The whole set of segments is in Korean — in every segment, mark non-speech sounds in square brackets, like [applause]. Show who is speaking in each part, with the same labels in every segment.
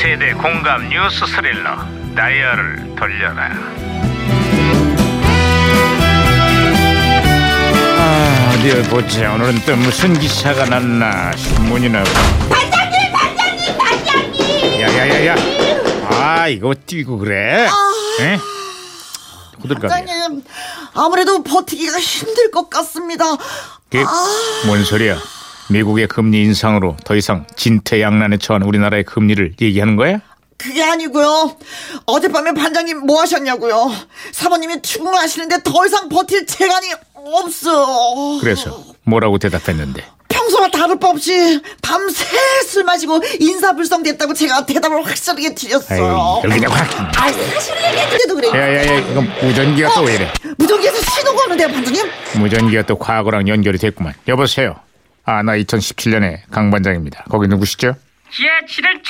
Speaker 1: 세대 공감 뉴스 스릴러 다이얼을 돌려라 아, 어디 보자 오늘은 또 무슨 기사가 났나 신문이나
Speaker 2: 반장님, 반장님, 반장님.
Speaker 1: 야야야야 아 이거 뛰고 그래 에? 호들갑이야
Speaker 2: 아. 반장님, 아무래도 버티기가 힘들 것 같습니다.
Speaker 1: 그게
Speaker 2: 아.
Speaker 1: 뭔 소리야 미국의 금리 인상으로 더 이상 진퇴양난에 처한 우리나라의 금리를 얘기하는 거야?
Speaker 2: 그게 아니고요. 어젯밤에 반장님 뭐 하셨냐고요. 사모님이 충고하시는데 더 이상 버틸 재간이 없어.
Speaker 1: 그래서 뭐라고 대답했는데
Speaker 2: 평소와 다를 바 없이 밤새 술 마시고 인사불성됐다고 제가 대답을 확실하게
Speaker 1: 아이
Speaker 2: 드렸어요.
Speaker 1: 이걸 예, 그냥 확
Speaker 2: 아, 사실 얘기했는데도 그래요.
Speaker 1: 야야야 이건 무전기가 또 왜 이래
Speaker 2: 무전기에서 신호가 오는데요, 반장님.
Speaker 1: 무전기가 또 과거랑 연결이 됐구만 여보세요 아 나 2017년에 강반장입니다 거기 누구시죠? [laughs]
Speaker 3: 예, 지는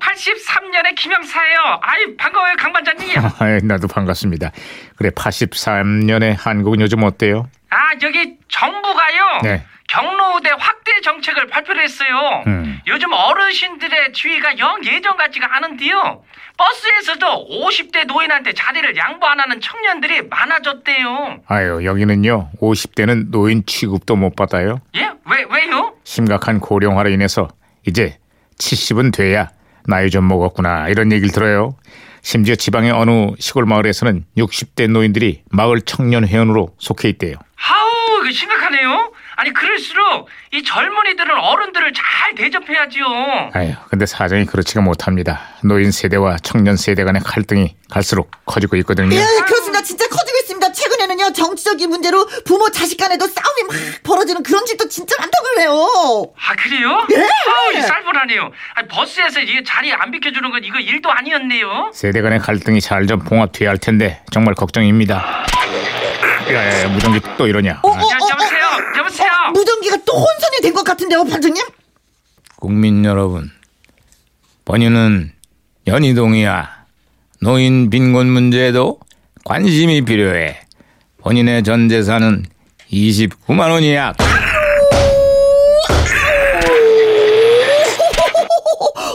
Speaker 3: 1983년의 김영사예요. 아이, 반가워요,
Speaker 1: [laughs]
Speaker 3: 강반장님.
Speaker 1: 아이, 나도 반갑습니다 그래 83년에 한국은 요즘 어때요?
Speaker 3: 아, 여기 정부가요.
Speaker 1: 네.
Speaker 3: 경로우대 확대 정책을 발표를 했어요.
Speaker 1: 음.
Speaker 3: 요즘 어르신들의 지위가 영 예전 같지가 않은데요. 버스에서도 50대 노인한테 자리를 양보 안 하는 청년들이 많아졌대요.
Speaker 1: 아유 여기는요 50대는 노인 취급도 못 받아요
Speaker 3: 예? 왜, 왜요?
Speaker 1: 심각한 고령화로 인해서 이제 70은 돼야 나이 좀 먹었구나 이런 얘기를 들어요. 심지어 지방의 어느 시골 마을에서는 60대 노인들이 마을 청년 회원으로 속해 있대요.
Speaker 3: 아우, 이거 심각하네요. 아니, 그럴수록 이 젊은이들은 어른들을 잘 대접해야지요.
Speaker 1: 아유, 근데 사정이 그렇지가 못합니다. 노인 세대와 청년 세대 간의 갈등이 갈수록 커지고 있거든요.
Speaker 2: 예, 그렇습니다. 진짜 커지고 있습니다. 최근에는요, 정치적인 문제로 부모 자식 간에도 싸움이 막 벌어지는 그런 집도 진짜 많다고 해요.
Speaker 3: 아 그래요?
Speaker 2: 예!
Speaker 3: 아우 이 쌀벌하네요. 아니, 버스에서 이게 자리 안 비켜주는 건 이거 일도 아니었네요.
Speaker 1: 세대 간의 갈등이 잘 좀 봉합돼야 할 텐데 정말 걱정입니다. 야야야, 무전기 또 이러냐?
Speaker 2: 어,
Speaker 1: 아,
Speaker 2: 어,
Speaker 3: 여,
Speaker 2: 어,
Speaker 3: 여보세요,
Speaker 2: 어,
Speaker 3: 여보세요.
Speaker 2: 어, 무전기가 또 혼선이 된 것 같은데요, 어, 반장님?
Speaker 1: 국민 여러분, 본인은 연희동이야. 노인 빈곤 문제에도 관심이 필요해. 본인의 전 재산은 29만 원이야.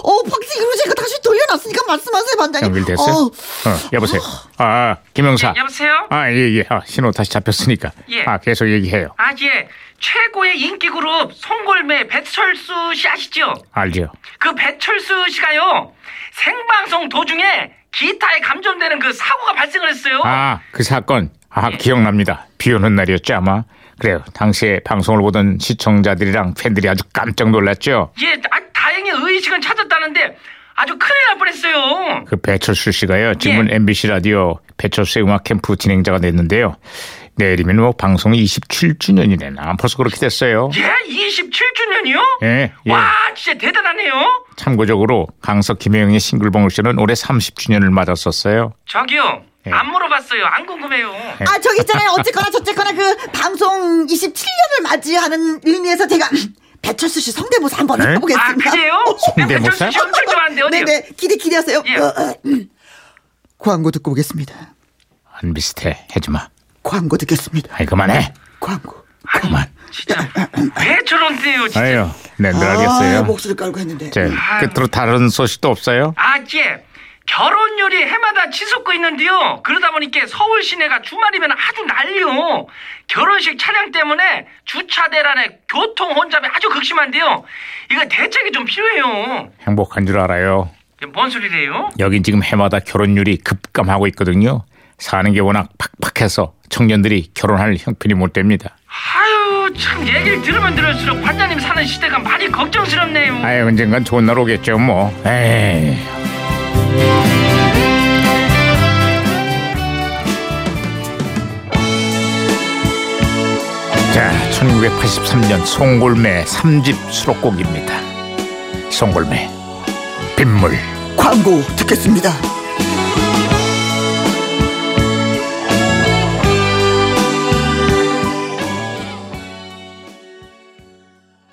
Speaker 2: 어, 박지기로 제가 다시 돌려놨으니까 말씀하세요, 반장님.
Speaker 1: 연결됐어?
Speaker 2: 어,
Speaker 1: 어, 여보세요. 아, 아 김영사.
Speaker 3: 예, 여보세요.
Speaker 1: 아, 예, 예. 아, 신호 다시 잡혔으니까.
Speaker 3: 예.
Speaker 1: 아, 계속 얘기해요.
Speaker 3: 아 예, 최고의 인기 그룹 송골매 배철수 씨 아시죠?
Speaker 1: 알죠.
Speaker 3: 그 배철수 씨가요 생방송 도중에 기타에 감전되는 그 사고가 발생을 했어요.
Speaker 1: 아, 그 사건.
Speaker 3: 예.
Speaker 1: 아, 기억납니다. 비 오는 날이었죠, 아마. 그래요. 당시에 방송을 보던 시청자들이랑 팬들이 아주 깜짝 놀랐죠.
Speaker 3: 예, 아, 다행히 의식은 찾았다는데 아주 큰일 날 뻔했어요.
Speaker 1: 그 배철수 씨가요. 지금은
Speaker 3: 예.
Speaker 1: MBC 라디오 배철수의 음악 캠프 진행자가 됐는데요. 내일이면 뭐 방송이 27주년이래나 벌써 그렇게 됐어요.
Speaker 3: 예, 27주년이요?
Speaker 1: 예, 예.
Speaker 3: 와, 진짜 대단하네요.
Speaker 1: 참고적으로 강석 김혜영의 싱글벙글 쇼는 올해 30주년을 맞았었어요.
Speaker 3: 저기요.
Speaker 1: 예.
Speaker 3: 안 물어봤어요. 안 궁금해요.
Speaker 2: 아, 저기 있잖아요. 어쨌거나 저쨌거나 그 방송 27년을 맞이하는 의미에서 제가 배철수 씨 성대모사 한번
Speaker 1: 네?
Speaker 3: 아,
Speaker 1: [laughs]
Speaker 2: 해보겠습니다. [laughs]
Speaker 3: 그래요?
Speaker 1: 성대모사?
Speaker 3: 배철수 씨 엄청 좋아하는데 어디요?
Speaker 2: 네네, 기대, 기대하세요.
Speaker 3: 예.
Speaker 2: 어, 어, 음. 광고 듣고 오겠습니다.
Speaker 1: 안 비슷해. 해주마.
Speaker 2: 광고 듣겠습니다.
Speaker 1: 아이 그만해.
Speaker 2: 광고.
Speaker 1: 그만.
Speaker 3: 진짜 왜 저런데요, 진짜.
Speaker 1: 아유, 네, 늘 알겠어요.
Speaker 2: 아, 목소리 깔고 했는데.
Speaker 1: 자, 끝으로 다른 소식도 없어요?
Speaker 3: 아, 예. 결혼율이 해마다 치솟고 있는데요. 그러다 보니까 서울 시내가 주말이면 아주 난리요. 결혼식 차량 때문에 주차 대란에 교통 혼잡이 아주 극심한데요. 이거 대책이 좀 필요해요.
Speaker 1: 행복한 줄 알아요.
Speaker 3: 이게 뭔 소리래요?
Speaker 1: 여긴 지금 해마다 결혼율이 급감하고 있거든요. 사는 게 워낙 팍팍해서 청년들이 결혼할 형편이 못 됩니다.
Speaker 3: 아유, 참 얘기를 들으면 들을수록 관장님 사는 시대가 많이 걱정스럽네요.
Speaker 1: 아예 언젠간 좋은 날 오겠죠 뭐. 에이. 자, 1983년 송골매 3집 수록곡입니다. 송골매 빗물
Speaker 2: 광고 듣겠습니다.